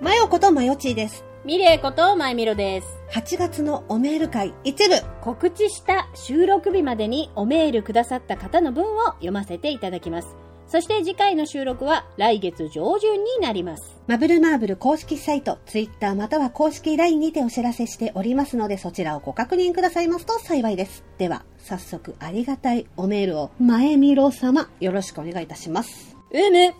マヨことマヨチーです。ミレイことマイミロです。 8月のおメール会、いちる。告知した収録日までにおメールくださった方の文を読ませていただきます。そして次回の収録は来月上旬になります。マブルマーブル公式サイト、ツイッターまたは公式 LINE にてお知らせしておりますので、そちらをご確認くださいますと幸いです。では、早速ありがたいおメールを、前見ろ様、よろしくお願いいたします。うむ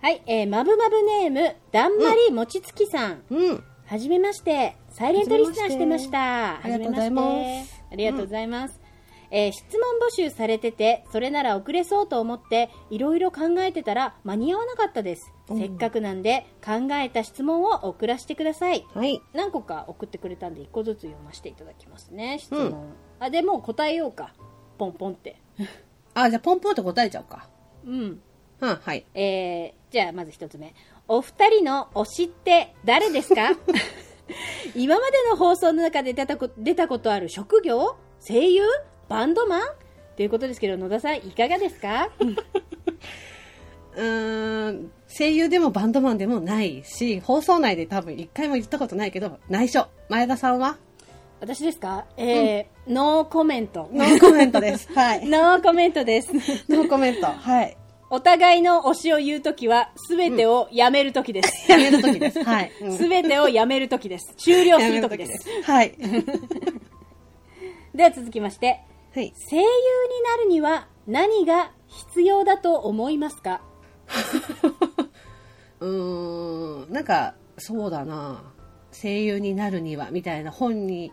はい、えー、まぶまぶネーム、だんまりもちつきさん。うん。はじめまして。サイレントリスナーしてました。はじめましてはじめましてありがとうございます。えー質問募集されてて、それなら遅れそうと思って、いろいろ考えてたら間に合わなかったです。うんせっかくなんで、考えた質問を送らせてください。はい。何個か送ってくれたんで、一個ずつ読ませていただきますね、質問。あ、でもう答えようか。ポンポンって。あ、じゃあポンポンって答えちゃおうか。うん。うん、はい。えーじゃあまず一つ目お二人の推しって誰ですか 今までの放送の中で出たこ出たことある職業声優バンドマンということですけど野田さんいかがですかうーん、声優でもバンドマンでもないし、放送内で多分一回も言ったことないけど、内緒。前田さんは私ですか、えーノーコメントノーコメントです。 はい。ノーコメントですノーコメント。はい。お互いの推しを言うときは全てをやめるときです、やめるときです。はい。うん全てをやめるときです終了するときですやめる時はい。では続きましてはい。声優になるには何が必要だと思いますかうーん、なんか、そうだな声優になるには、みたいな本に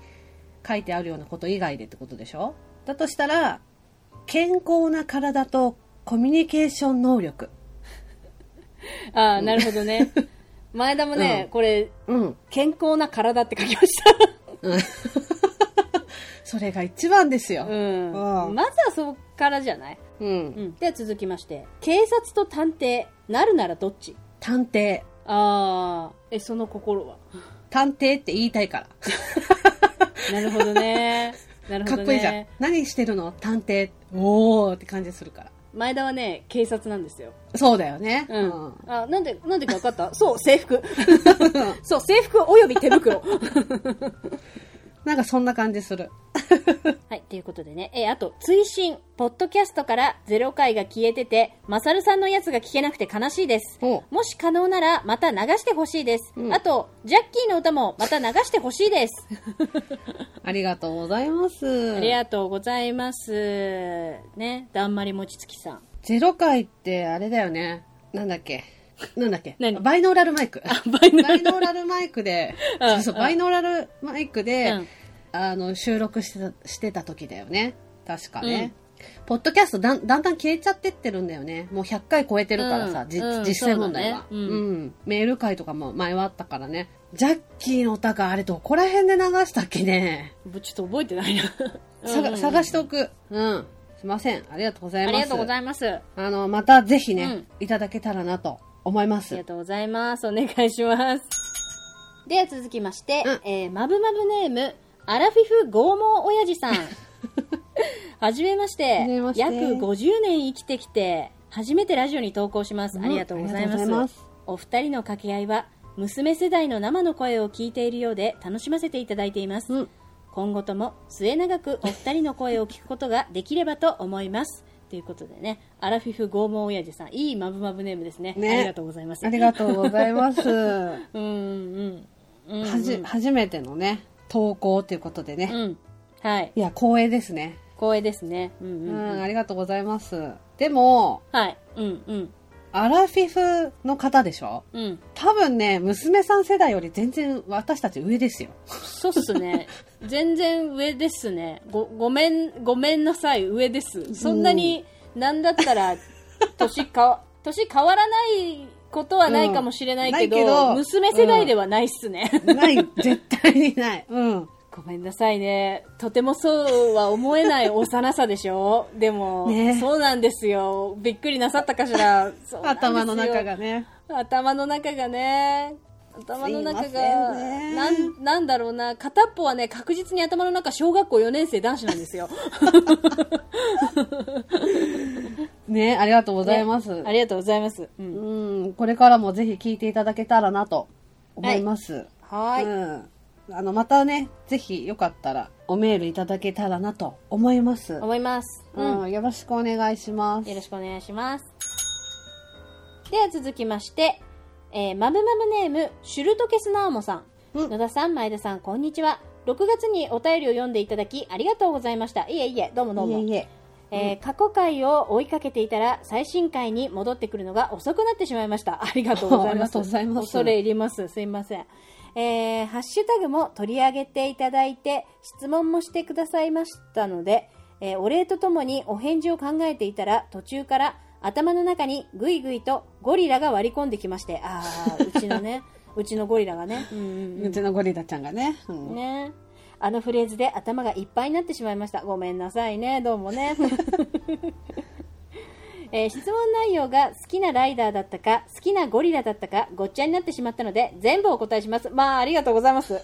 書いてあるようなこと以外でってことでしょだとしたら、健康な体とコミュニケーション能力。ああ、なるほど ね。前田もね、うんこれ、うん。健康な体って書きました。それが一番ですよ。うん。うんまずはそこからじゃないうんうん。では続きまして、警察と探偵、なるならどっち探偵。ああ、え、その心は。探偵って言いたいから。 なるほど ね。なるほかどね。っこいいじゃん。何してるの探偵。おーって感じするから。前田はね、警察なんですよ。そうだよね。うん。うんあ、なんで、なんでか分かったそう、制 服。そう、制服および手袋。なんかそんな感じする。はい、ということでね。えーあと、追伸、ポッドキャストからゼロ回が消えてて、マサルさんのやつが聞けなくて悲しいです。おもし可能なら、また流してほしいです。うんあと、ジャッキーの歌もまた流してほしい です。ありがとうございます。ありがとうございます。ね、だんまりもちつきさん。ゼロ回ってあれだよね。なんだっけ。なんだっけ。何バイノーラルマイク。バイナバイノーラルマイクで、 うんそうそう、うんバイノーラルマイクで、うんあの、収録してた、してた時だよね。確かね。ポッドキャストだんだんだん消えちゃってってるんだよね。もう100回超えてるからさ、うんじうん実際問題は、そうだねううんん。メール会とかも前はあったからね。ジャッキーの歌があれどこら辺で流したっけね。ちょっと覚えてないな。さうんが探しておく。うん。すいません。ありがとうございあます。りがとうございます。ああの、またぜひね、うんいただけたらなと思いまりすが。とうございます。お願いします。では続きまして、うんえーまぶまぶネーム、アラフィフ剛毛親父さ ん。はじめましはて。じめまして約50年生きてきて、初めてラジオに投稿します。うんありがとうございまありがとす。うございますお二人の掛け合いは、娘世代の生の声を聞いているようで楽しませていただいています。うん今後とも末永くお二人の声を聞くことができればと思います。ということでね、アラフィフ剛毛親父さん、いいまぶまぶネームですね。ねありがとうございます。ありがとうございます。はうんうんうんうん。じ、初めてのね、投稿ということでね。うん。はい。いや、光栄ですね。光栄ですね。うんう、うんんうん。ありがとうございます。でも、はい。うんうん。アラフィフの方でしょうん。多分ね、娘さん世代より全然私たち上ですよ。そうっす ね。全然上ですね。ご、ごめん、ごめんなさい、上です。そんなに、なんだった ら、年か、年変わらないことはないかもしれないうけど、んないけど娘世代ではないっすね。ない、絶対にない。うん。 ごめんなさいね。とてもそうは思えない幼さでしょでも、ねそうなんですよ。びっくりなさったかしら。そうなんですよ頭の中。がね。頭の中がね。頭の中すいませが、んねなん、なんだろうな。片っぽはね、確実に頭の中、小学校4年生男子なんですよ。ね、ありがとうごご ざいます。ありがとうございます。うんうん、これからもぜひ聞いていただけたらなと思います。はーい。うん。あの、またね、ぜひよかったらおメールいただけたらなと思います。思います。うん。うん、よろしくお願いします。よろしくお願いします。では続きまして、えー、マブマブネーム、シュルトケスナーモさん。うん野田さん、前田さん、こんにちは。6月にお便りを読んでいただき、ありがとうございました。いえいえ、どうもどうも。いえいえ。えー過去回を追いかけていたら、最新回に戻ってくるのが遅くなってしまいました。 ありがとうございます。ありがとうございます恐れ入ります。すいません。えーハッシュタグも取り上げていただいて、質問もしてくださいましたので、えーお礼とともにお返事を考えていたら、途中から頭の中にぐいぐいとゴリラが割り込んできまして、ああ、うちのね、うちのゴリラがね。うんうんうんうちのゴリラちゃんがね。うんねあのフレーズで頭がいっぱいになってしまいましたごめんなさいねどうもね、 えー質問内容が好きなライダーだったか好きなゴリラだったかごっちゃになってしまったので全部お答えしますまあありがとうございます、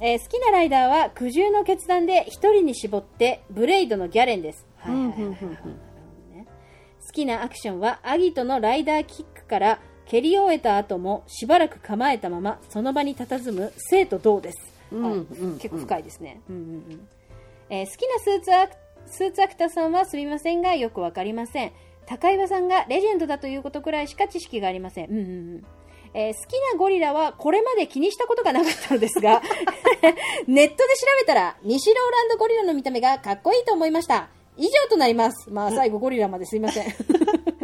えー好きなライダーは苦渋の決断で一人に絞ってブレイドのギャレンですはいはいはいはい、うんうんうんうんね好きなアクションはアギトのライダーキックから蹴り終えた後もしばらく構えたままその場に佇む生と動です、うんあうんうん結構深いですね、うんうんうんえー好きなスーツアクスーツアクターさんはすみませんがよくわかりません高岩さんがレジェンドだということくらいしか知識がありません、うんうんうんえー好きなゴリラはこれまで気にしたことがなかったのですが ネットで調べたら西ローランドゴリラの見た目がかっこいいと思いました以上となりますまあ最後ゴリラまですいません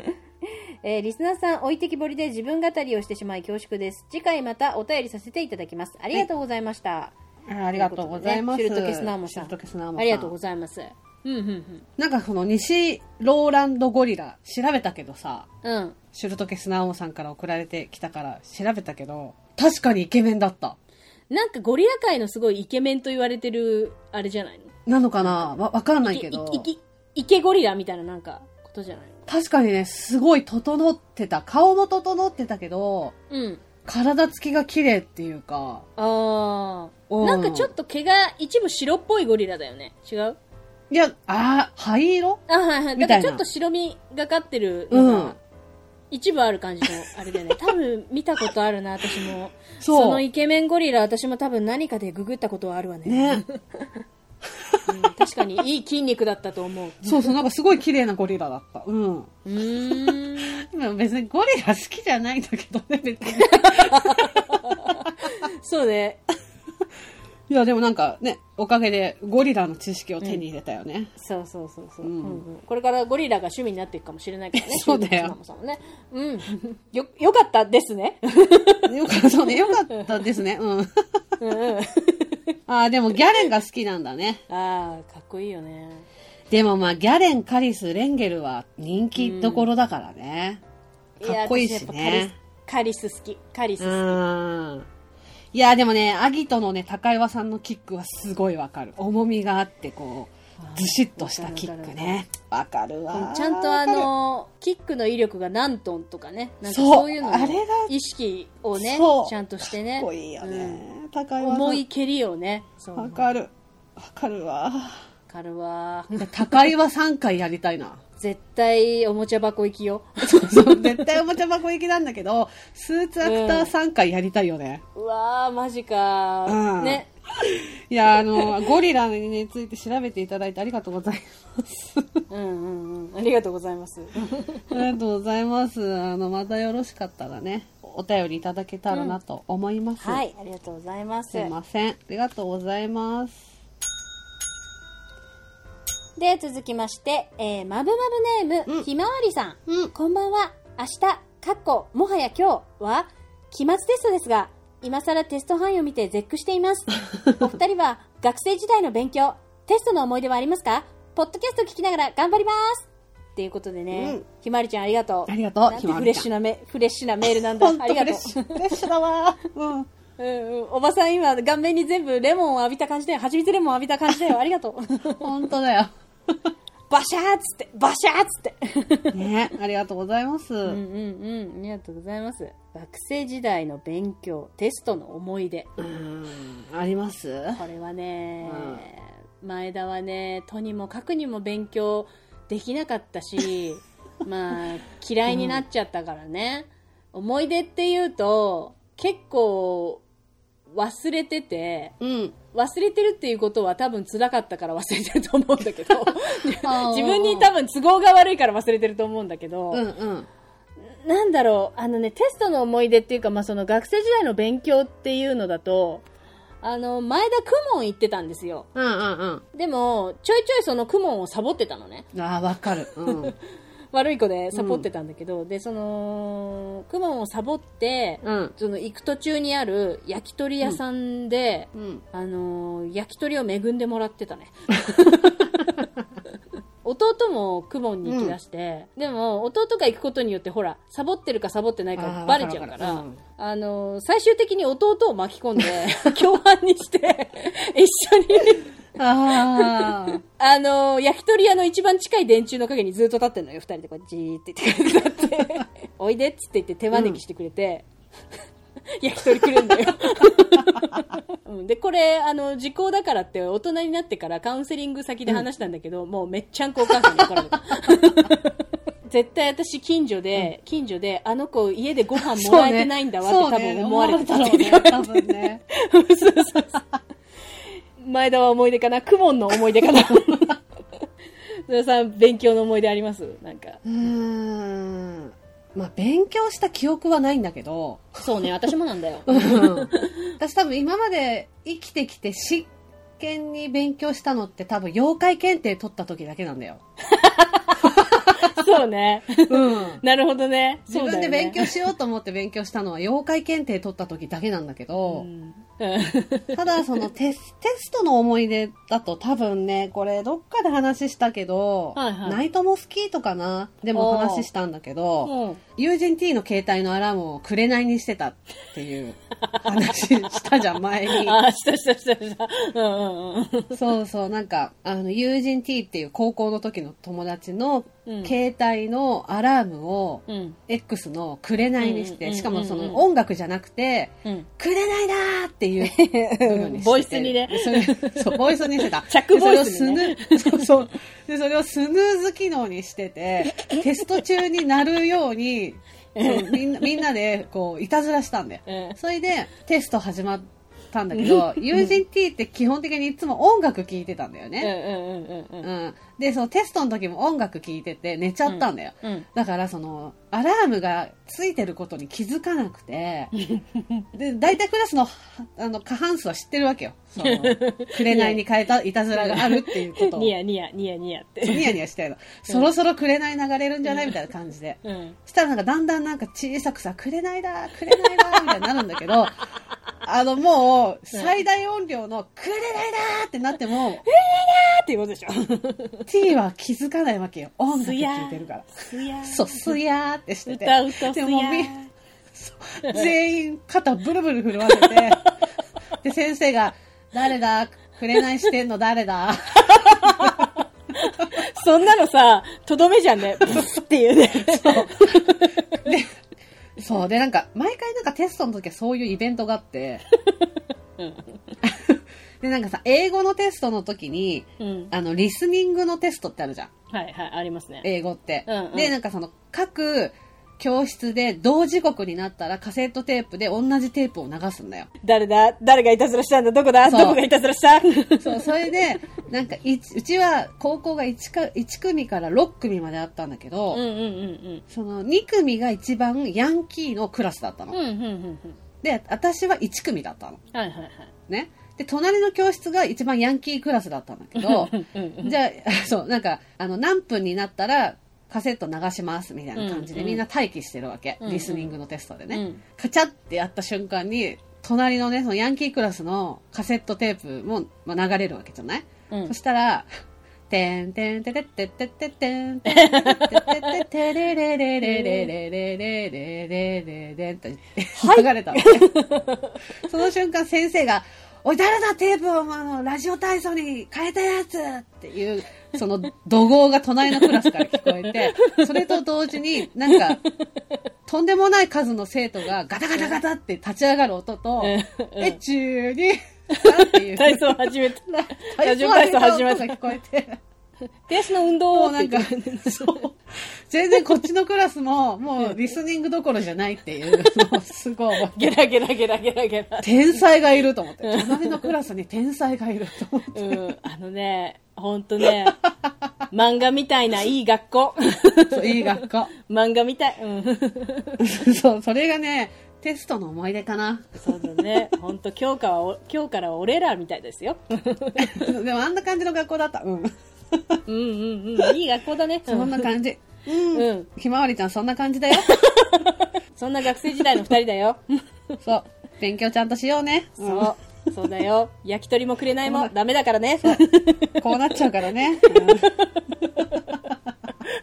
えーリスナーさん置いてきぼりで自分語りをしてしまい恐縮です次回またお便りさせていただきますありがとうございました、あありがとうございます。ということでねシュルトケスナーモさんシュルトケスナーモさんありがとうございます。うんうんなんかその西ローランドゴリラ調べたけどさ、うん。うん。シュルトケスナーモさんから送られてきたから調べたけど、確かにイケメンだった。なんかゴリラ界のすごいイケメンと言われてる、あれじゃないのなのかなわ、わかんないけど。イケイケイケゴリラみたいななんかことじゃない確かにね、すごい整ってた。顔も整ってたけど、のうん。体つきが綺麗っていうか、あうー。んなんかちょっと毛が一部白っぽいゴリラだよね。違ういや、あー、灰色あ、はいはい。みだたかいならちょっと白みがかってるうのが、ん。一部ある感じの、あれ だよね。多分見たことあるな、私も。そうのイケメンゴリラ、私も多分何かでググったことはあるわね。ね。うん確かにいい筋肉だったと思う。 そうそう、なんかすごい綺麗なゴリラだった。うん。うーん。でも別にゴリラ好きじゃないんだけどね、別に。そうね。いや、でもなんかね、おかげでゴリラの知識を手に入れたよね。そうそうそうそう、ううんんうんこれからゴリラが趣味になっていくかもしれないからね。そうだよシュウペイさんもさんもね。うん。よ、よかったですね。 よかった、そうね、よかったですね。うん。うんうん。 ああ、でもギャレンが好きなんだね。ああ、かっこいいよね。でもまあ、ギャレン、カリス、レンゲルは人気どころだからね。かっこいいやし私やっぱね。カリス。カリス好き。カリスう好き。ん。いや、でもね、アギトのね、高岩さんのキックはすごいわかる。重みがあって、こう、ずしっとしたキックね。わかるわ。ちゃんとあの、キックの威力が何トンとかね。なんかそうそういうのをあれが意識をねそう、ちゃんとしてかっね。こいいよね。高う岩んさん。重い蹴りをね。そう。わわかる。わかるわ。かるわ。高岩3回やりたいな。 絶対おもちゃ箱行きよ。そうそう、絶対おもちゃ箱行きなんだけど、スーツアクター3回やりたいよね。うわー、マジかー。うんね。いや、あの、ゴリラについて調べていただいてありがとうございます。うんうんうん。ありがとうござ います。ありがとうございます。あの、またよろしかったらね、お便りいただけたらなと思います。は。い、ありがとうございます。すいません。ありがとうございます。で、続きまして、えー、まぶまぶネーム、うんひまわりさん。うんこんばんは。明日、かっこ、もはや今日は、期末テストですが、今更テスト範囲を見て絶句して います。お二人は、学生時代の勉強、テストの思い出はありますかポッドキャスト聞きながら頑張りますっていうことでね、うんひまわりちゃんありがとう。ありがとうなんひてまわフりレッちゃんシュなメ、フレッシュなメールなんだ。本あ当りフがレとッう。シュ、フレッシュだわ。うん。うんうん、おばさん今顔面に全部レモンを浴びた感じだよ蜂蜜レモンを浴びた感じだよありがとう 本当だよ。バシャーっつってバシャーっつってね、ありがとうございます。うんうんうんありがとうございます学生時代の勉強テストの思い出うん、ありますこれはね、前田はねとにもかくにも勉強できなかった しまあ嫌いになっちゃったからね、思い出っていうと結構忘れてて、うん。忘れてるっていうことは多分辛かったから忘れてると思うんだけ どあー自分に多分都合が悪いから忘れてると思うんだけど、うんうん。なんだろうあのねテストの思い出っていうか、まあ、その学生時代の勉強っていうのだとあの前田公文行ってたんですようんうんうん。でもちょいちょいその公文をサボってたのねああ、わかる。 うん。悪い子でサボってたんだけど、でその公文をサボって、うん。その行く途中にある焼き鳥屋さんで、うん。あのー焼き鳥を恵んでもらっ てたね弟もクボンに行きだして、でも弟が行くことによってほらサボってるかサボってないあかーバレちゃうからわかるわあかるうんのー最終的に弟を巻き込んで 共犯にして一緒にああ。あのー焼き鳥屋の一番近い電柱の陰にずっと立ってんのよ二人でこうじーって言って立って 「おいで」っつって言って手招きしてくれて、焼き鳥くれんだよ、うん、でこれあの時効だからって大人になってからカウンセリング先で話したんだけど、もうめっちゃんこお母さんに怒 られた絶対私近所で、近所で あの子家でご飯もらえてないんだわって、多分思われてたそっうてね言われて思われたろうね多分ね。そうそうそう。前田は思い出かなクモンの思い出かな野田さん、勉強の思い出ありますなんか。うーん。まあ、勉強した記憶はないんだけど、そうね、私もなんだよ。私多分今まで生きてきて真剣に勉強したのって多分妖怪検定取った時だけなんだよ。 そうね。うん。なるほどね。自そうだ分よでね勉強しようと思って勉強したのは妖怪検定取った時だけなんだけどう、んただそのテステストの思い出だと多分ね、これどっかで話したけど、はいはいナイトモスキーとかなでもお話ししたんだけど、うん。友人 T の携帯のアラームを紅にしてたっていう話したじゃん、前に。 あー、したしたしたした。うんうんうん。そうそう、なんか、あの、友人 T っていう高校の時の友達のうん携帯のアラームをうん。 X の紅にしうんうんうんうんて、うんしかもその音楽じゃなくて、うん。紅だーっていうのにしてて。 ボイスにねそれそう、ボイスにしてた。 着ボイスにで それをスヌそうそう。で、それをスヌーズ機能にしてて、テスト中になるように、そうみんな、みんなで、こう、いたずらしたんだよ。うんそれで、テスト始まったんだけど、友人 T って基本的にいつも音楽聴いてたんだようんね。うんうんうんううんん。で、そのテストの時も音楽聴いてて、寝ちゃったんだよ。うん。だからそのアラームがついてることに気づかなく てで大体クラスのはあの過半数は知ってるわけよそ の紅に変えたいたずらがあるっていうことをニヤニヤ、ニヤニヤって。ニヤニヤしてるのそろそろ紅流れるんじゃないみたいな感じでうん。したらなんかだんだんなんか小さくさ「紅だ紅だ」みたいになるんだけ どあのもう最大音量の「紅だ!」ってなってもあーっていうことでしょ。 T は気づかないわけよ音楽聴いてるから。すやー。そう、すやーってしてて。歌うとすでやもみー。そう 全員肩ブルブル震わせて、で、先生が、誰だ紅してんの誰だそんなのさ、とどめじゃんね。ブスっていうね。そう。で、なんか、毎回なんかテストの時はそういうイベントがあ って、で、なんかさ、英語のテストの時に、うん。あの、リスニングのテストってあるじゃん。はいはい、ありますね。英語って。うんうんで、なんかその、各教室で同時刻になったらカセットテープで同じテープを流すんだよ。誰だ誰がいたずらしたんだどこだそうどこがいたずら した そう、それで、なんかいち、うちは高校が 1, か1組から6組まであったんだけど、うんうんうんその2組が一番ヤンキーのクラスだったの。うん。うんうんうんうん。で、私は1組だったの。はいはいはい。ね。で、隣の教室が一番ヤンキークラスだったんだけど、じゃあ、 そう、なんか、あの、何分になったら、カセット流しますみたいな感じで、うんうんみんな待機してるわけ、うんうんリスニングのテストでね、うんカチャってやった瞬間に隣のねそのヤンキークラスのカセットテープも、まあ、流れるわけじゃない、うんそしたら「てんてんててってってってってんてんてんてててれれれれれれれれれれれれ」って流れたのね、その瞬間先生が「おい誰だテープをあのラジオ体操に変えたやつ!」っていうその怒号が隣のクラスから聞こえてそれと同時になんかとんでもない数の生徒がガタガタガタって立ち上がる音とうん「えっちゅうに」なんていう 体操始めた。ララジオ体操始まった音が聞こえて手足の運動もをうなんか、そう。全然こっちのクラスも、もうリスニングどころじゃないっていうのをすごい思ってゲラゲラゲラゲラゲラ。天才がいると思って。隣のクラスに天才がいると思って。うん、あのね、ほんとね、漫画みたいないい学校。そういい学校。漫画みたい。うん。そう、それがね、テストの思い出かな。そうだね。ほんと、今日からはお、今日からは俺らみたいですよ。でもあんな感じの学校だった。うん。うんうんうん。いい学校だね。そんな感じ。うん。うん。ひまわりちゃんそんな感じだよ。そんな学生時代の二人だよ。そう。勉強ちゃんとしようね。そう。そうだよ。焼き鳥もくれないもダメだからね。うん。こうなっちゃうからね。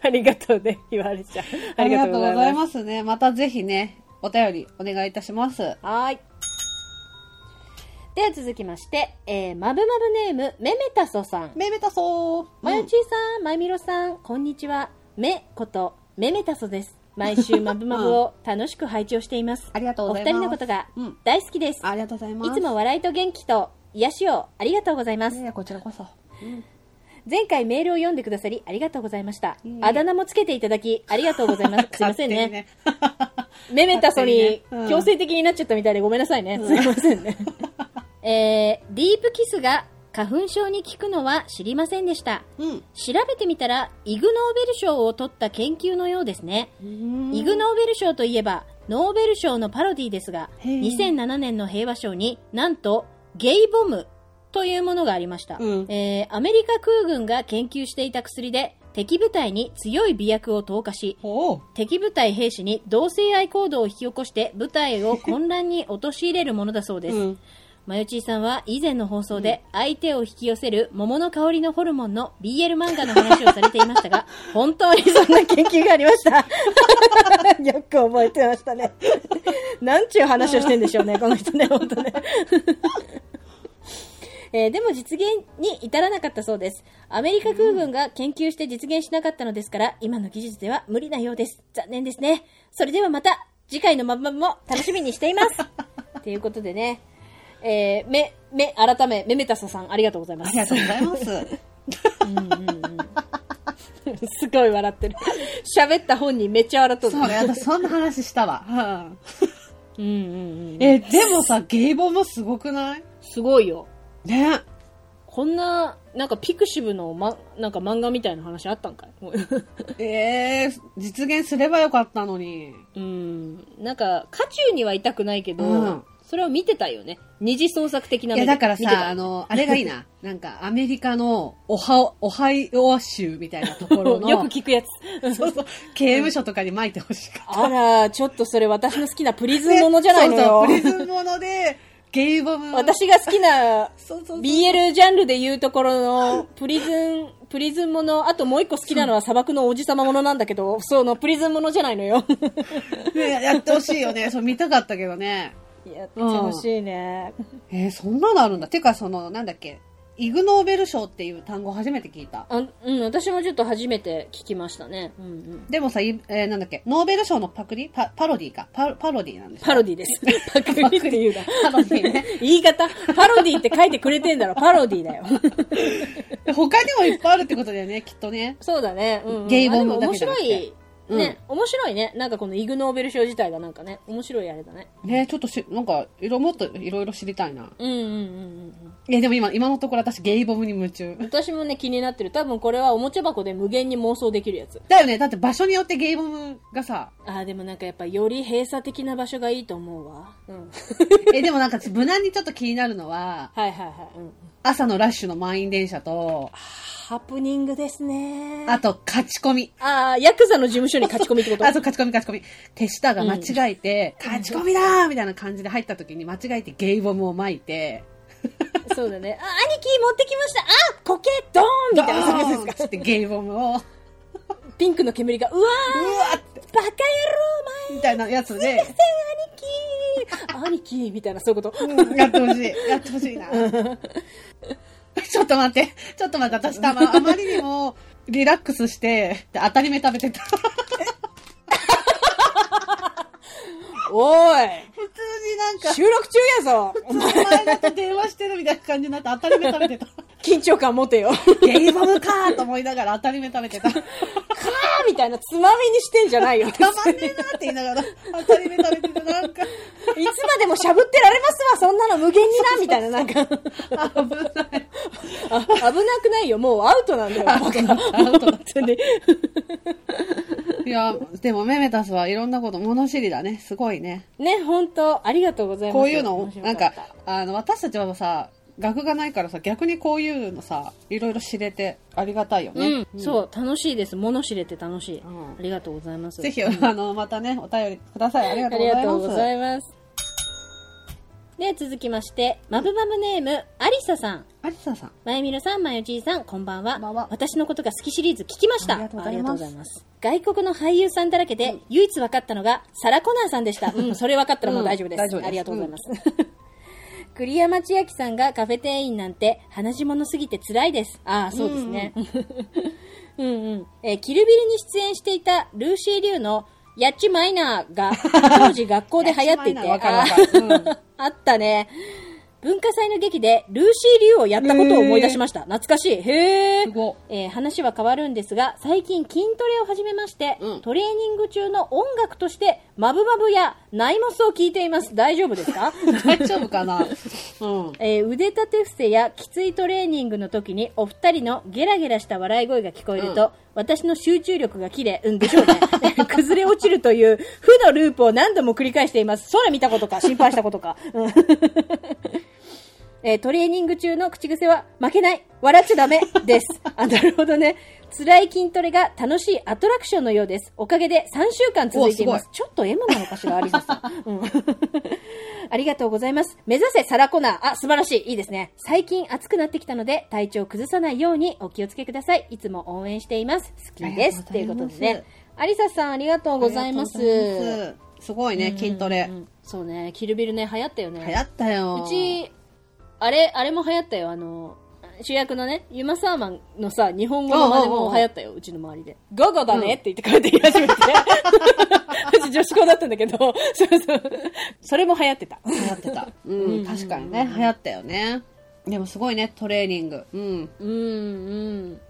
ありがとうね、ひまわりちゃん。ありがとうございす。ますね。またぜひね、お便りお願いいたします。はーい。では続きまして、えー、まぶまぶネーム、めめたそさん。めめたそう。まゆちーさん、まゆみろさん、こんにちは。めこと、めめたそです。毎週まぶまぶ を楽しく拝聴しています。ありがとうおござ二います。人のことがうん大好きです。ありがとうございます。いつも笑いと元気と癒しをありがとうございまいすやい。やこちらこそ。前回メールを読んでくださりありがとうございましたいい。あだ名もつけていただきありがとうござ います。すいませんね。めめたそ勝に手にねうん強制的になっちゃったみたいでごめんなさいね。すいま せんね。えー、ディープキスが花粉症に効くのは知りませんでした。勝手にね。調べてみたら、イグノーベル賞を取った研究のようですね。 うん。イグノーベル賞といえば、ノーベル賞のパロディですが、へえ2007年の平和賞になんと、ゲイボムというものがありました、うんえーアメリカ空軍が研究していた薬で、敵部隊に強い美薬を投下し、ほう。敵部隊兵士に同性愛行動を引き起こして部隊を混乱に陥れるものだそうです。うんマヨチーさんは以前の放送で相手を引き寄せる桃の香りのホルモンの BL 漫画の話をされていました が、本当にそんな研究がありました。 よく覚えてましたね。 なんちゅう話をしてんでしょうね、この人ね、本当ね。えーでも実現に至らなかったそうです。アメリカ空軍が研究して実現しなかったのですから、今の技術では無理なようです。残念ですね。それではまた、次回のまぶまぶも楽しみにして います。ということでね、えー、め、め、改め、めめたささん、ありがとうございまあすり。がとうございます。すごい笑ってる。喋った本人めっちゃ笑っとる。そうね、私そんな話したわ。うんうんうん。え、でもさ、ゲイボもすごくないすごいよ。ね。こんな、なんかピクシブの、ま、なんか漫画みたいな話あったんかいえー、実現すればよかったのに。うん。なんか、渦中にはいたくないけど、うんそれを見てたよね。二次創作的ないや、だから見てたさ、あの、あれがいいな。なんか、アメリカの、おは、おはいお州みたいなところ の、よく聞くやつ。 そうそう、刑務所とかに巻いてほしかった。 あら、ちょっとそれ私の好きなプリズンものじゃないのそうそうよプ。リズンもので、ゲイボム。私が好きなそうそうそう BL ジャンルで言うところのプリズン、プリズンもの、あともう一個好きなのは砂漠の王子様ものなんだけど、そのプリズンものじゃない のよ。ね、やってほしいよ ね。そう、見たかったけどね。やってほしいね。えーそんなのあるんだ。てか、その、なんだっけ、イグノーベル賞っていう単語初めて聞いた。あうん、私もちょっと初めて聞きましたね。うんうん、でもさ、いえーなんだっけ、ノーベル賞のパクリパパロディか。パパロディなん ですパロディ です。パクリって言うな。パロディね。言い方、パロディって書いてくれてんだろ、パロデ ィだよ。他にもいっぱいあるってことだよね、きっとね。そうだね。うん、うん。ゲイボンあのでもだ面けじゃな白くてい。ね、面白いね。なんかこのイグ・ノーベル賞自体がなんかね、面白いあれだね。ねちょっとし、なんか、いろ、もっといろいろ知りたいな。うんうんうんうん。いや、でも今、今のところ私、ゲイボムに夢中。私もね気になってる多分これはおもちゃ箱で無限に妄想できるやつだよね、だって場所によってゲイボムがさ、あーでもなんかやっぱより閉鎖的な場所がいいと思うわうん え、でもなんか、無難にちょっと気になるのは、はいはいはい、うん、朝のラッシュの満員電車と、ハプニングですねあと、勝ち込み。あーヤクザの事務所に勝ち込みってことあ、そう、勝ち込み、勝ち込み。手下が間違えて、勝ち込みだーみたいな感じで入った時に間違えてゲイボムを巻いて、そうだねあ兄貴持ってきましたあコケドーンみたいなそうそうドーンっつってゲイボムを、うわそうピンクの煙がうわって、ーバカ野郎みたいなやつで、お前兄貴 みたいなそういうことうんやってほしい。やってほしい な。ちょっと待って、ちょっと待って、私たま、あまりにもリラックスして、で当たり目食べてた。 普おい通になんか、収録中やぞお前だと電話してるみたいな感じになって当たり目食べてた。緊張感持てよ。ゲイボムかーと思いながら当たり目食べてた。たかーみたいなつまみにしてんじゃ ないよ。いつままんねえなって言いながら当たり目食べてた。なん か、でもしゃぶってられますわ、そんなの無限にな、みたいな、なんか。危ない。あ危なくないよ、もうアウトなんだ よ、アウトだバカアウトだ本当にいや、でもメメタスはいろんなこと物知りだね。すごいね。ね、本当ありがとうございます。こういうの面を、白なんったか、あの、私たちはさ、学がないからさ、逆にこういうのさ、いろいろ知れてありがたいよね。うん、そう、楽しいです。物知れて楽しい。うんありがとうございます。ぜひ、あの、またね、お便りください。ありがあとうりござがいとうます。ございます。で、続きまして、マブマブネーム、アリサさん。ありささん。 まゆみろさん、まゆちーさん、こんばんは。こんばんは私のことが好きシリーズ聞きました。ありがとうございますあります外国の俳優さんだらけで、唯一分かったのが、サラ・コナーさんでした。うん、それ分かったらもう大丈夫です。うん大丈夫ですありがとうございます。 栗山千明さんがカフェ店員なんて、話し物すぎて辛いです。ああ、そうですね。 うんうんえーキルビルに出演していたルーシー・リュウの、やっちまいなーが、当時学校で流行っていて、やっちまいなわかるわかるあー あったね。文化祭の劇でルーシー・リュウをやったことを思い出しました。懐かしい。へえす。ご。えー話は変わるんですが、最近筋トレを始めまして、うんトレーニング中の音楽として、マブマブやナイモスを聴いています。大丈夫ですか 大丈夫かなうん。えー腕立て伏せやきついトレーニングの時にお二人のゲラゲラした笑い声が聞こえると、う私の集中力が切れ、うんでしょうね。崩れ落ちるという負のループを何度も繰り返しています。そら見たことか、心配したことか。うん えートレーニング中の口癖は負けない笑っちゃダメです。あ、なるほどね。辛い筋トレが楽しいアトラクションのようです。おかげで3週間続いています。おすちょっと M なのかしら、アリサさん。うんありがとうございます。目指せサラコナー。あ、素晴らしい。いいですね。最近暑くなってきたので、体調崩さないようにお気をつけください。いつも応援しています。好きです。とありいうがことうとございますでね。アリサさん、ありがとうございます。ありがとうございます。すごいね、筋トレうん。うんうんそうね、キルビルね、流行ったよね。流行ったよ。う、ち、あれ、あれも流行ったよ。あの、主役のね、ユマサーマンのさ、日本語のまでおうおうおもう流行ったよ、うちの周りで。ガガだねって言って帰って言い始めて。 うち女子校だったんだけど、そうそう。それも流行ってた。流行ってた。ううんうんうんん、確かにね、流行ったよね。でもすごいね、トレーニング。うん。うん、うん。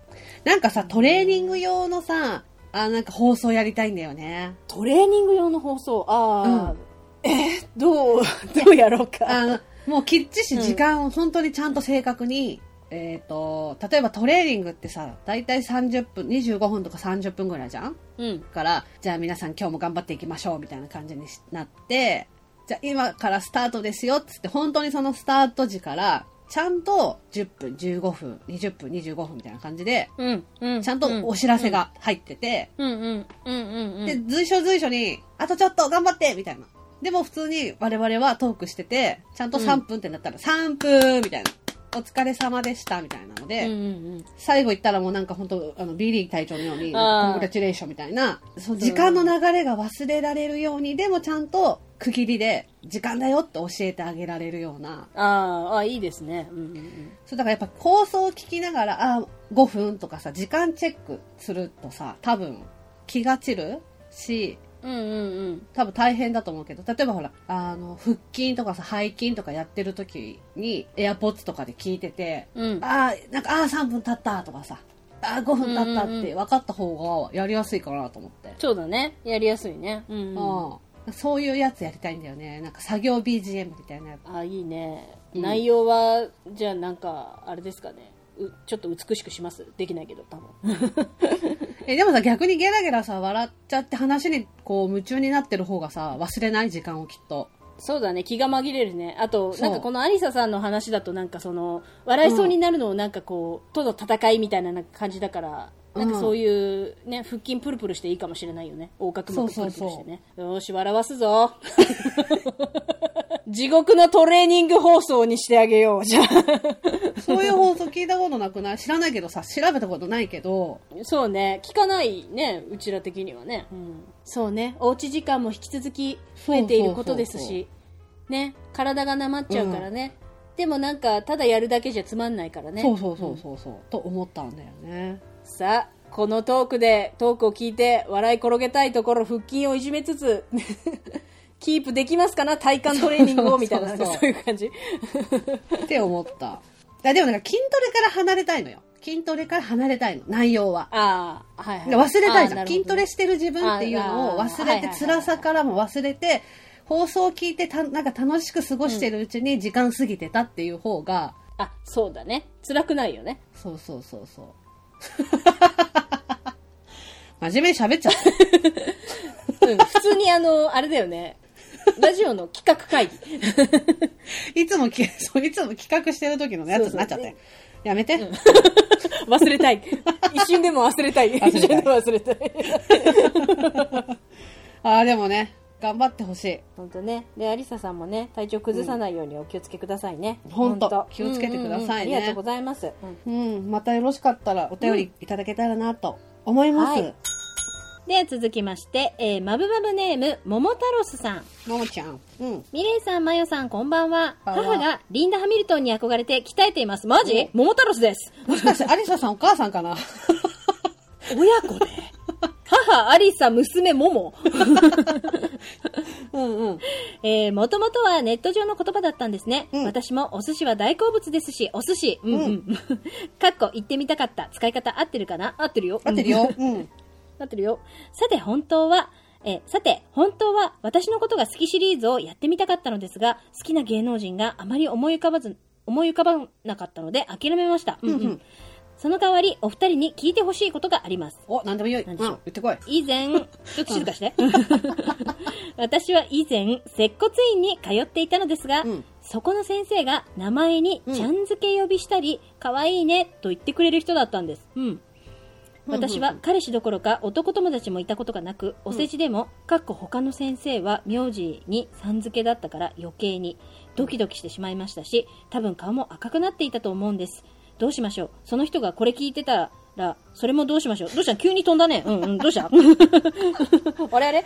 なんかさ、トレーニング用のさ、あ、なんか放送やりたいんだよね。トレーニング用の放送、ああ、うんえーどう、どうやろうか。あの、もうきっちし時間を本当にちゃんと正確に、えっ、と、例えばトレーニングってさ、だいたい30分、25分とか30分ぐらいじゃんうん。から、じゃあ皆さん今日も頑張っていきましょうみたいな感じにしなって、じゃあ今からスタートですよっつって、本当にそのスタート時から、ちゃんと10分、15分、20分、25分みたいな感じで、うん。うん。ちゃんとお知らせ。が入ってて、うんうん。うんうんうん。で、随所随所に、あとちょっと頑張ってみたいな。でも普通に我々はトークしてて、ちゃんと3分ってなったら、3分みたいな。お疲れ様でしたみたいなので、うんうん最後行ったらもうなんか本当あの、ビリー隊長のように、あーコングラチュレーションみたいな、そう時間の流れが忘れられるように、でもちゃんと区切りで、時間だよって教えてあげられるような。うん。あーあー、いいですね。うんうんうん。そうだからやっぱ放送を聞きながら、あ、5分とかさ、時間チェックするとさ、多分気が散るし、うんうんうん。多分大変だと思うけど、例えばほら、あの、腹筋とかさ、背筋とかやってる時に、エアポッツとかで聞いてて、うんああ、なんか、ああ、3分経ったとかさ、ああ、5分経ったって分かった方がやりやすいかなと思って。そうだね。やりやすいね。うんうん、あうん。そういうやつやりたいんだよね。なんか作業 BGM みたいなやつ。あ、いいね。うん内容は、じゃあなんか、あれですかね。うちょっと美しくしますできないけど、多分。え、でもさ、逆にゲラゲラさ、笑っちゃって話にこう夢中になってる方がさ、忘れない時間をきっ と。そうだね。気が紛れるね。あと、そうなんかこのアリサさんの話だと、なんかその、笑いそうになるのをなんかこう、との戦いみたいななんか感じだから、なんかそういう、ね、腹筋プルプルしていいかもしれないよね。横隔膜プルプルしてね。よーし、笑わすぞ。 地獄のトレーニング放送にしてあげよう。じゃあ。そういう放送聞いたことなくない知らないけどさ、調べたことないけど、そうね聞かないねうちら的にはね、そうねおうち時間も引き続き増えていることですそうそうしね体がなまっちゃうからね、でもなんかただやるだけじゃつまんないからねそうそうそうそうそう、と思ったんだよね。さあこのトークでトークを聞いて笑い転げたいところ腹筋をいじめつつ キープできますかな体幹トレーニングをみたいなそなうんそうそうかそういう感じって思った。だでもなんか筋トレから離れたいのよ。筋トレから離れたいの、内容は。ああ、はい、はい。で忘れたいじあゃーん。筋トレししてる自分っていうのをあー忘はいれはいては、い辛さからも忘れて、放送を聞いてた、なんか楽しく過ごしてるうちに時間過ぎてたっていう方が、あ、そうだね。辛くないよね。そうそうそうそう。 真面目に喋っちゃっうん、普通にあの、あれだよね。ラジオの企画会議。た。 いつもき、 そう、いつも企画してる時のやつになっちゃっそうて。やめて。忘れたい。一瞬でも忘れたい。たい一瞬でも忘れたい。ああ、でもね、頑張ってほしい。 本当ね。で、アリサさんもね、体調崩さないようにお気をつけくださいね。ほんと気をつけてくださいねうんうんうんありがとうございます。うんうん、またよろしかったらお便りいただけたらなと思います。はいで、続きまして、えー、マブマブネーム、モモタロスさん。ももちゃん。うん。ミレイさん、マヨさん、こんばんは。こんばんは母がリンダ・ハミルトンに憧れて鍛えています。マジモモタロスです。もしかして、アリサさんお母さんかな親子 で母、アリサ、娘、モモ。うんうん。えー、もともとはネット上の言葉だったんですね。うん私もお寿司は大好物ですし、お寿司。うん う。うんかっこ、言ってみたかった。使い方合ってるかな合ってるよ。合ってるうんよ。うん。合ってるよ。さて、本当は、えーさて、本当は私のことが好きシリーズをやってみたかったのですが、好きな芸能人があまり思い浮かばず、思い浮かばなかったので諦めました。うんうんうんその代わり、お二人に聞いてほしいことがあります。お、なんでもよい。うん、でしょ言ってこい。以前、 ちょっと静かして。 私は以前、接骨院に通っていたのですが、うんそこの先生が名前にちゃん付け呼びしたり、可愛いねと言ってくれる人だったんです。うん。私は彼氏どころか男友達もいたことがなく、お世辞でも、かっこ他の先生は名字にさん付けだったから余計にドキドキしてしまいましたし、多分顔も赤くなっていたと思うんです。どうしましょうその人がこれ聞いてたら、それもどうしましょうどうした急に飛んだね。うんうん、どうした あ れあれ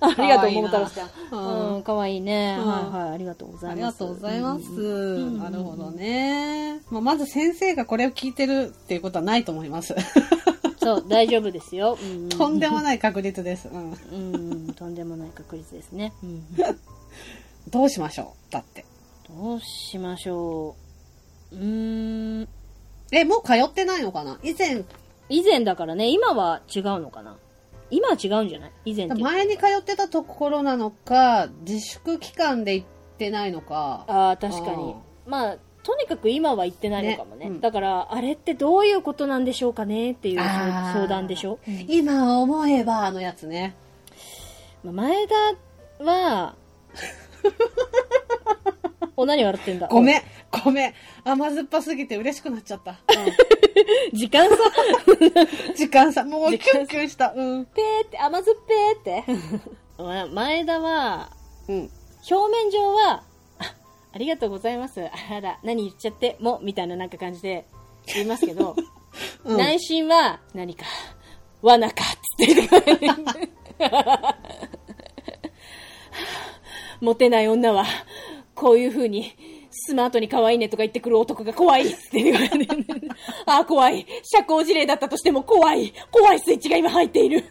ありがとう、桃太郎ちゃん。うん、かわいいね。うんはいはい、ありがとうございます。ありがとうございます。うんんなるほどね。まあ、まず先生がこれを聞いてるっていうことはないと思います。そう、大丈夫で すよ。うんうんとんでもない確率です。うん。うん、とんでもない確率ですね。うんどうしましょうだって。どうしましょう。うーん。え、もう通ってないのかな以前、以前だからね、今は違うのかな。今は違うんじゃない以前って。前に通ってたところなのか、自粛期間で行ってないのか。ああ、確かあ。にまあ、とにかく今は行ってないのかもね。ねうんだから、あれってどういうことなんでしょうかねっていうあー相談でしょ。今思えばあのやつね。まあ前 田は、お、何笑ってんだごめん、ごめん。甘酸っぱすぎて嬉しくなっちゃった。時間差時間差、もうキュンキュンした。うん。ぺーって、甘酸っぺーって。 ま前田は、うん。表面上は、あありがとうございます。あら、何言っちゃっても、みたいななんか感じで言いますけ ど、うん内心は、何か、罠か、つって言ってモテない女は、こういう風に、スマートに可愛いねとか言ってくる男が怖いっつって言われてああ、怖い。社交辞令だったとしても怖い。怖いスイッチが今入っている。く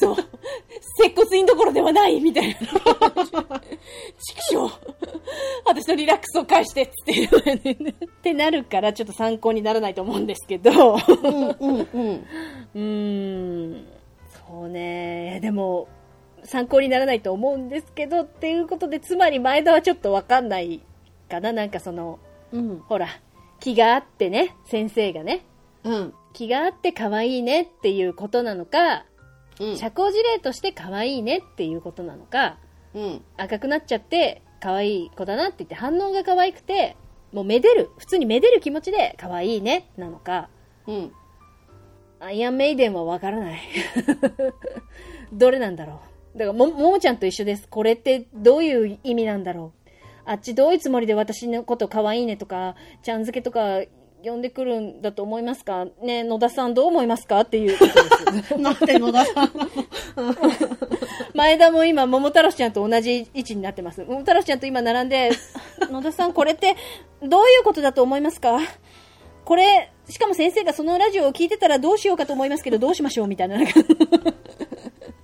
そ。接骨院どころではないみたいな。畜生私のリラックスを返してっつって言われてねってなるからちょっと参考にならないと思うんですけどううんうんうん。ーんそうねでも参考にならないと思うんですけどっていうことでつまり前田はちょっとわかんないかななんかそのうん。ほら気があってね先生がねうん。気があって可愛いねっていうことなのかうん。社交辞令として可愛いねっていうことなのかうん。赤くなっちゃって可愛い子だなって言って反応が可愛くてもうめでる普通にめでる気持ちで可愛いねなのか うん。アイアンメイデンはわからない どれなんだろうだからもももちゃんと一緒ですこれってどういう意味なんだろうあっちどういうつもりで私のこと可愛いねとかちゃん付けとか呼んでくるんだと思いますかねえ野田さんどう思いますかっていうことです なんて野田さん。 前田も今、桃太郎ちゃんと同じ位置になってます。桃太郎ちゃんと今並んで、野田さん、これって、どういうことだと思いますかこれ、しかも先生がそのラジオを聞いてたらどうしようかと思いますけど、どうしましょうみたいな。なんか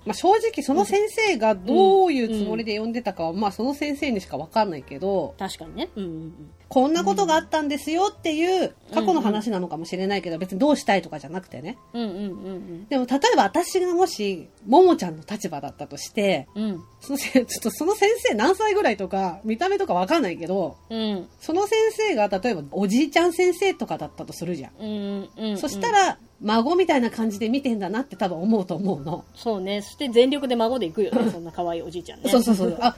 まあ正直その先生がどういうつもりで呼んでたかは、まあその先生にしかわかんないけど、確かにね。うんうんうん。こんなことがあったんですよっていう過去の話なのかもしれないけど、別にどうしたいとかじゃなくてね。うんうんうんでも、例えば私がもし、ももちゃんの立場だったとして、うんうんそのせ、 ちょっとその先生何歳ぐらいとか、見た目とかわかんないけど、うんその先生が例えばおじいちゃん先生とかだったとするじゃん。うんうんそしたら、孫みたいな感じで見てんだなって多分思うと思うの。そうねそして全力で孫で行くよ ねそんな可愛いおじいちゃんねそうそう そう。あ、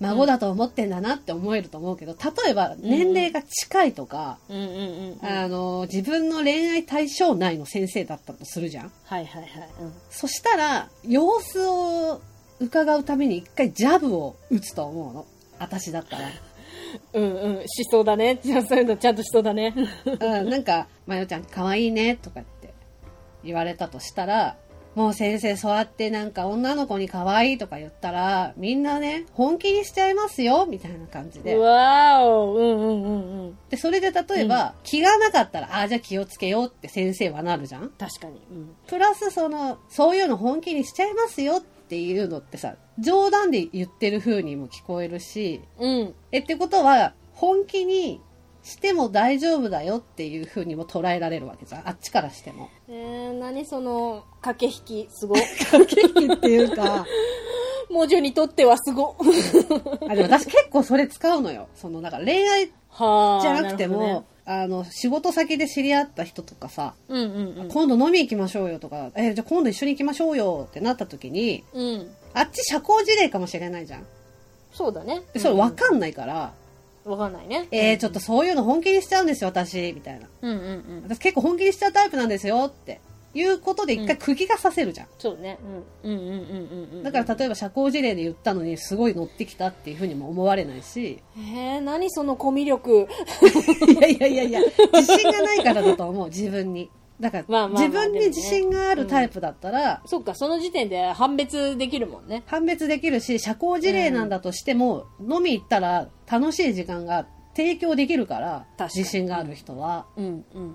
孫だと思ってんだなって思えると思うけど、例えば年齢が近いとか、うんうんうんうんはいあの、自分の恋愛対象内の先生だったとするじゃん。はいはいうんそしたら、様子を伺うために一回ジャブを打つと思うの。私だった ら。うんうん、しそうだね。 じゃあそういうのちゃんとしそうだ ね。うん、なんか、まよちゃん可愛いねとかって言われたとしたら、もう先生そうやってなんか女の子に可愛いとか言ったら、みんなね、本気にしちゃいますよ、みたいな感じで。わーお、うんうんうんうん。で、それで例えば、気がなかったら、ああ、じゃあ気をつけようって先生はなるじゃん確かに。うん。プラスその、そういうの本気にしちゃいますよっていうのってさ、冗談で言ってる風にも聞こえるし、うん。え、ってことは、本気にしても大丈夫だよっていう風にも捉えられるわけじゃん。あっちからしても。えー、何その、駆け引き、す ご。っていうか、文字にとってはす ご。 あ、でも私結構それ使うのよ。その、なんか恋愛じはあ。ゃなくてるも、あの、仕事先で知り合った人とかさ、ほどね、うんうん今度飲み行きましょうよとか、え、じゃあ今度一緒に行きましょうよってなった時に、うん。うん。あっち社交辞令かもしれないじゃん。そうだね。で、それわわかんないから、わかんないね。えー、ちょっとそういうの本気にしちゃうんですよ、私、みたいな。うんうんうん。私結構本気にしちゃうタイプなんですよって。いうことで一回釘がさせるじゃん。そうね。うん。うんうんうんうんうん。だから例えば社交辞令で言ったのにすごい乗ってきたっていうふうにも思われないし、えー、何そのコミュ力。 いやいやいやいや、自信がないからだと思う、自分に。だから、まあまあまあ自分に自信があるタイプだったら、そっか、その時点で判別できるもんね。判別できるし、社交辞令なんだとしても、飲み行ったら楽しい時間が提供できるから、確かに自信がある人は。うんうんうんうん。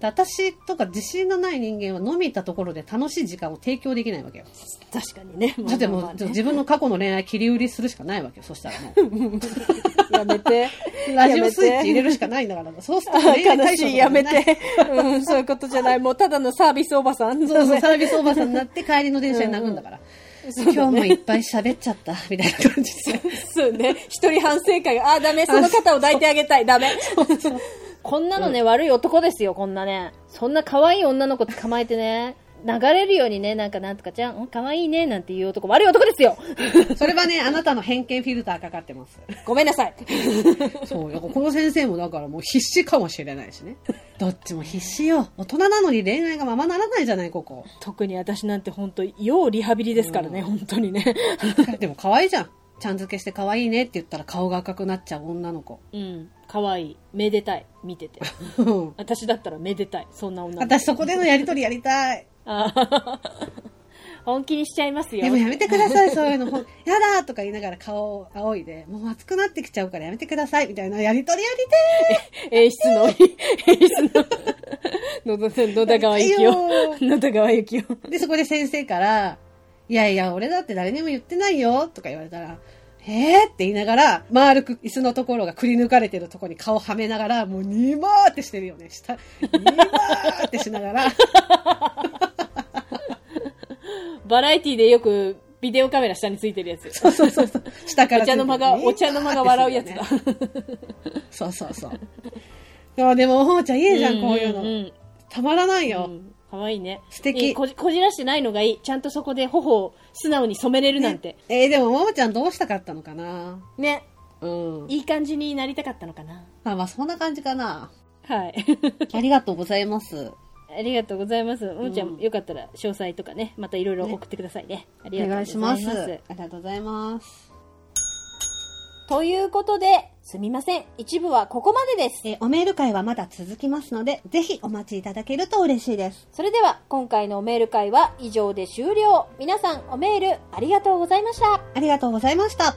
で私とか自信のない人間は飲み行ったところで楽しい時間を提供できないわけよ。確かにね。 だってもう、まあまあね自分の過去の恋愛切り売りするしかないわ けよ、そしたらもう。。やめて ラジオスイッチ入れるしかないんだから、そうすると恋愛 悲対象とかしい、じゃやなめて。うん、そういうことじゃない。もうただのサービスおばさん。そうそう、サービスおばさんになって帰りの電車に泣くんだから。今日もいっぱい喋っちゃった、みたいな感じで。そうね。一人反省会が、あー、ダメ。その方を抱いてあげたい。ダメ。こんなのね、悪い男ですよ、こんなね。そんな可愛い女の子捕まえてね。流れるようにね、なんかなんとかちゃん、うん可愛いね、なんて言う男、悪い男ですよそれはね、あなたの偏見フィルターかかってます。ごめんなさい。そう、だからこの先生もだからもう必死かもしれないしね。どっちも必死よ。大人なのに恋愛がままならないじゃない、ここ。特に私なんて本当要リハビリですからね、本当にね。でも可愛いじゃん。ちゃん付けして可愛いねって言ったら顔が赤くなっちゃう女の子。うん、可愛い。めでたい。見てて。うん私だったらめでたい。そんな女の子私そこでのやりとりやりたい。あー本気にしちゃいますよ。でもやめてください、そういうの。ほんやだとか言いながら顔を仰いで、もう熱くなってきちゃうからやめてください、みたいなやりとりやりてー演出の、演出の、野田川幸い雄。野田川幸雄。で、そこで先生から、いやいや、俺だって誰にも言ってないよ、とか言われたら、えーって言いながら、丸く椅子のところがくり抜かれてるところに顔はめながら、もうにまーってしてるよね。下、にまーってしながら、バラエティでよくビデオカメラ下についてるやつ。そうそうそうそう、下からお茶の間が、お茶の間が笑 うやつだ。だ。そうそうそう。でも、でも、ほーちゃんいいじゃん、こういううんの。んたまらないよ。うん。かわいいね。素敵いいこじ。こじらしてないのがいい。ちゃんとそこで頬を素直に染めれるなんて。えーでも、ももちゃんどうしたかったのかなね。うん。いい感じになりたかったのかな。まあまあ、そんな感じかな。はい。ありがとうございます。ありがとうございます。ももちゃん、うんよかったら詳細とかね、またいろいろ送ってくださいね。ありお願がとうごいざしいま。ますす。ありがとうございます。ということで、すみません。一部はここまでです。えーおメール会はまだ続きますので、ぜひお待ちいただけると嬉しいです。それでは、今回のメール会は以上で終了。皆さん、おメールありがとうございました。ありがとうございました。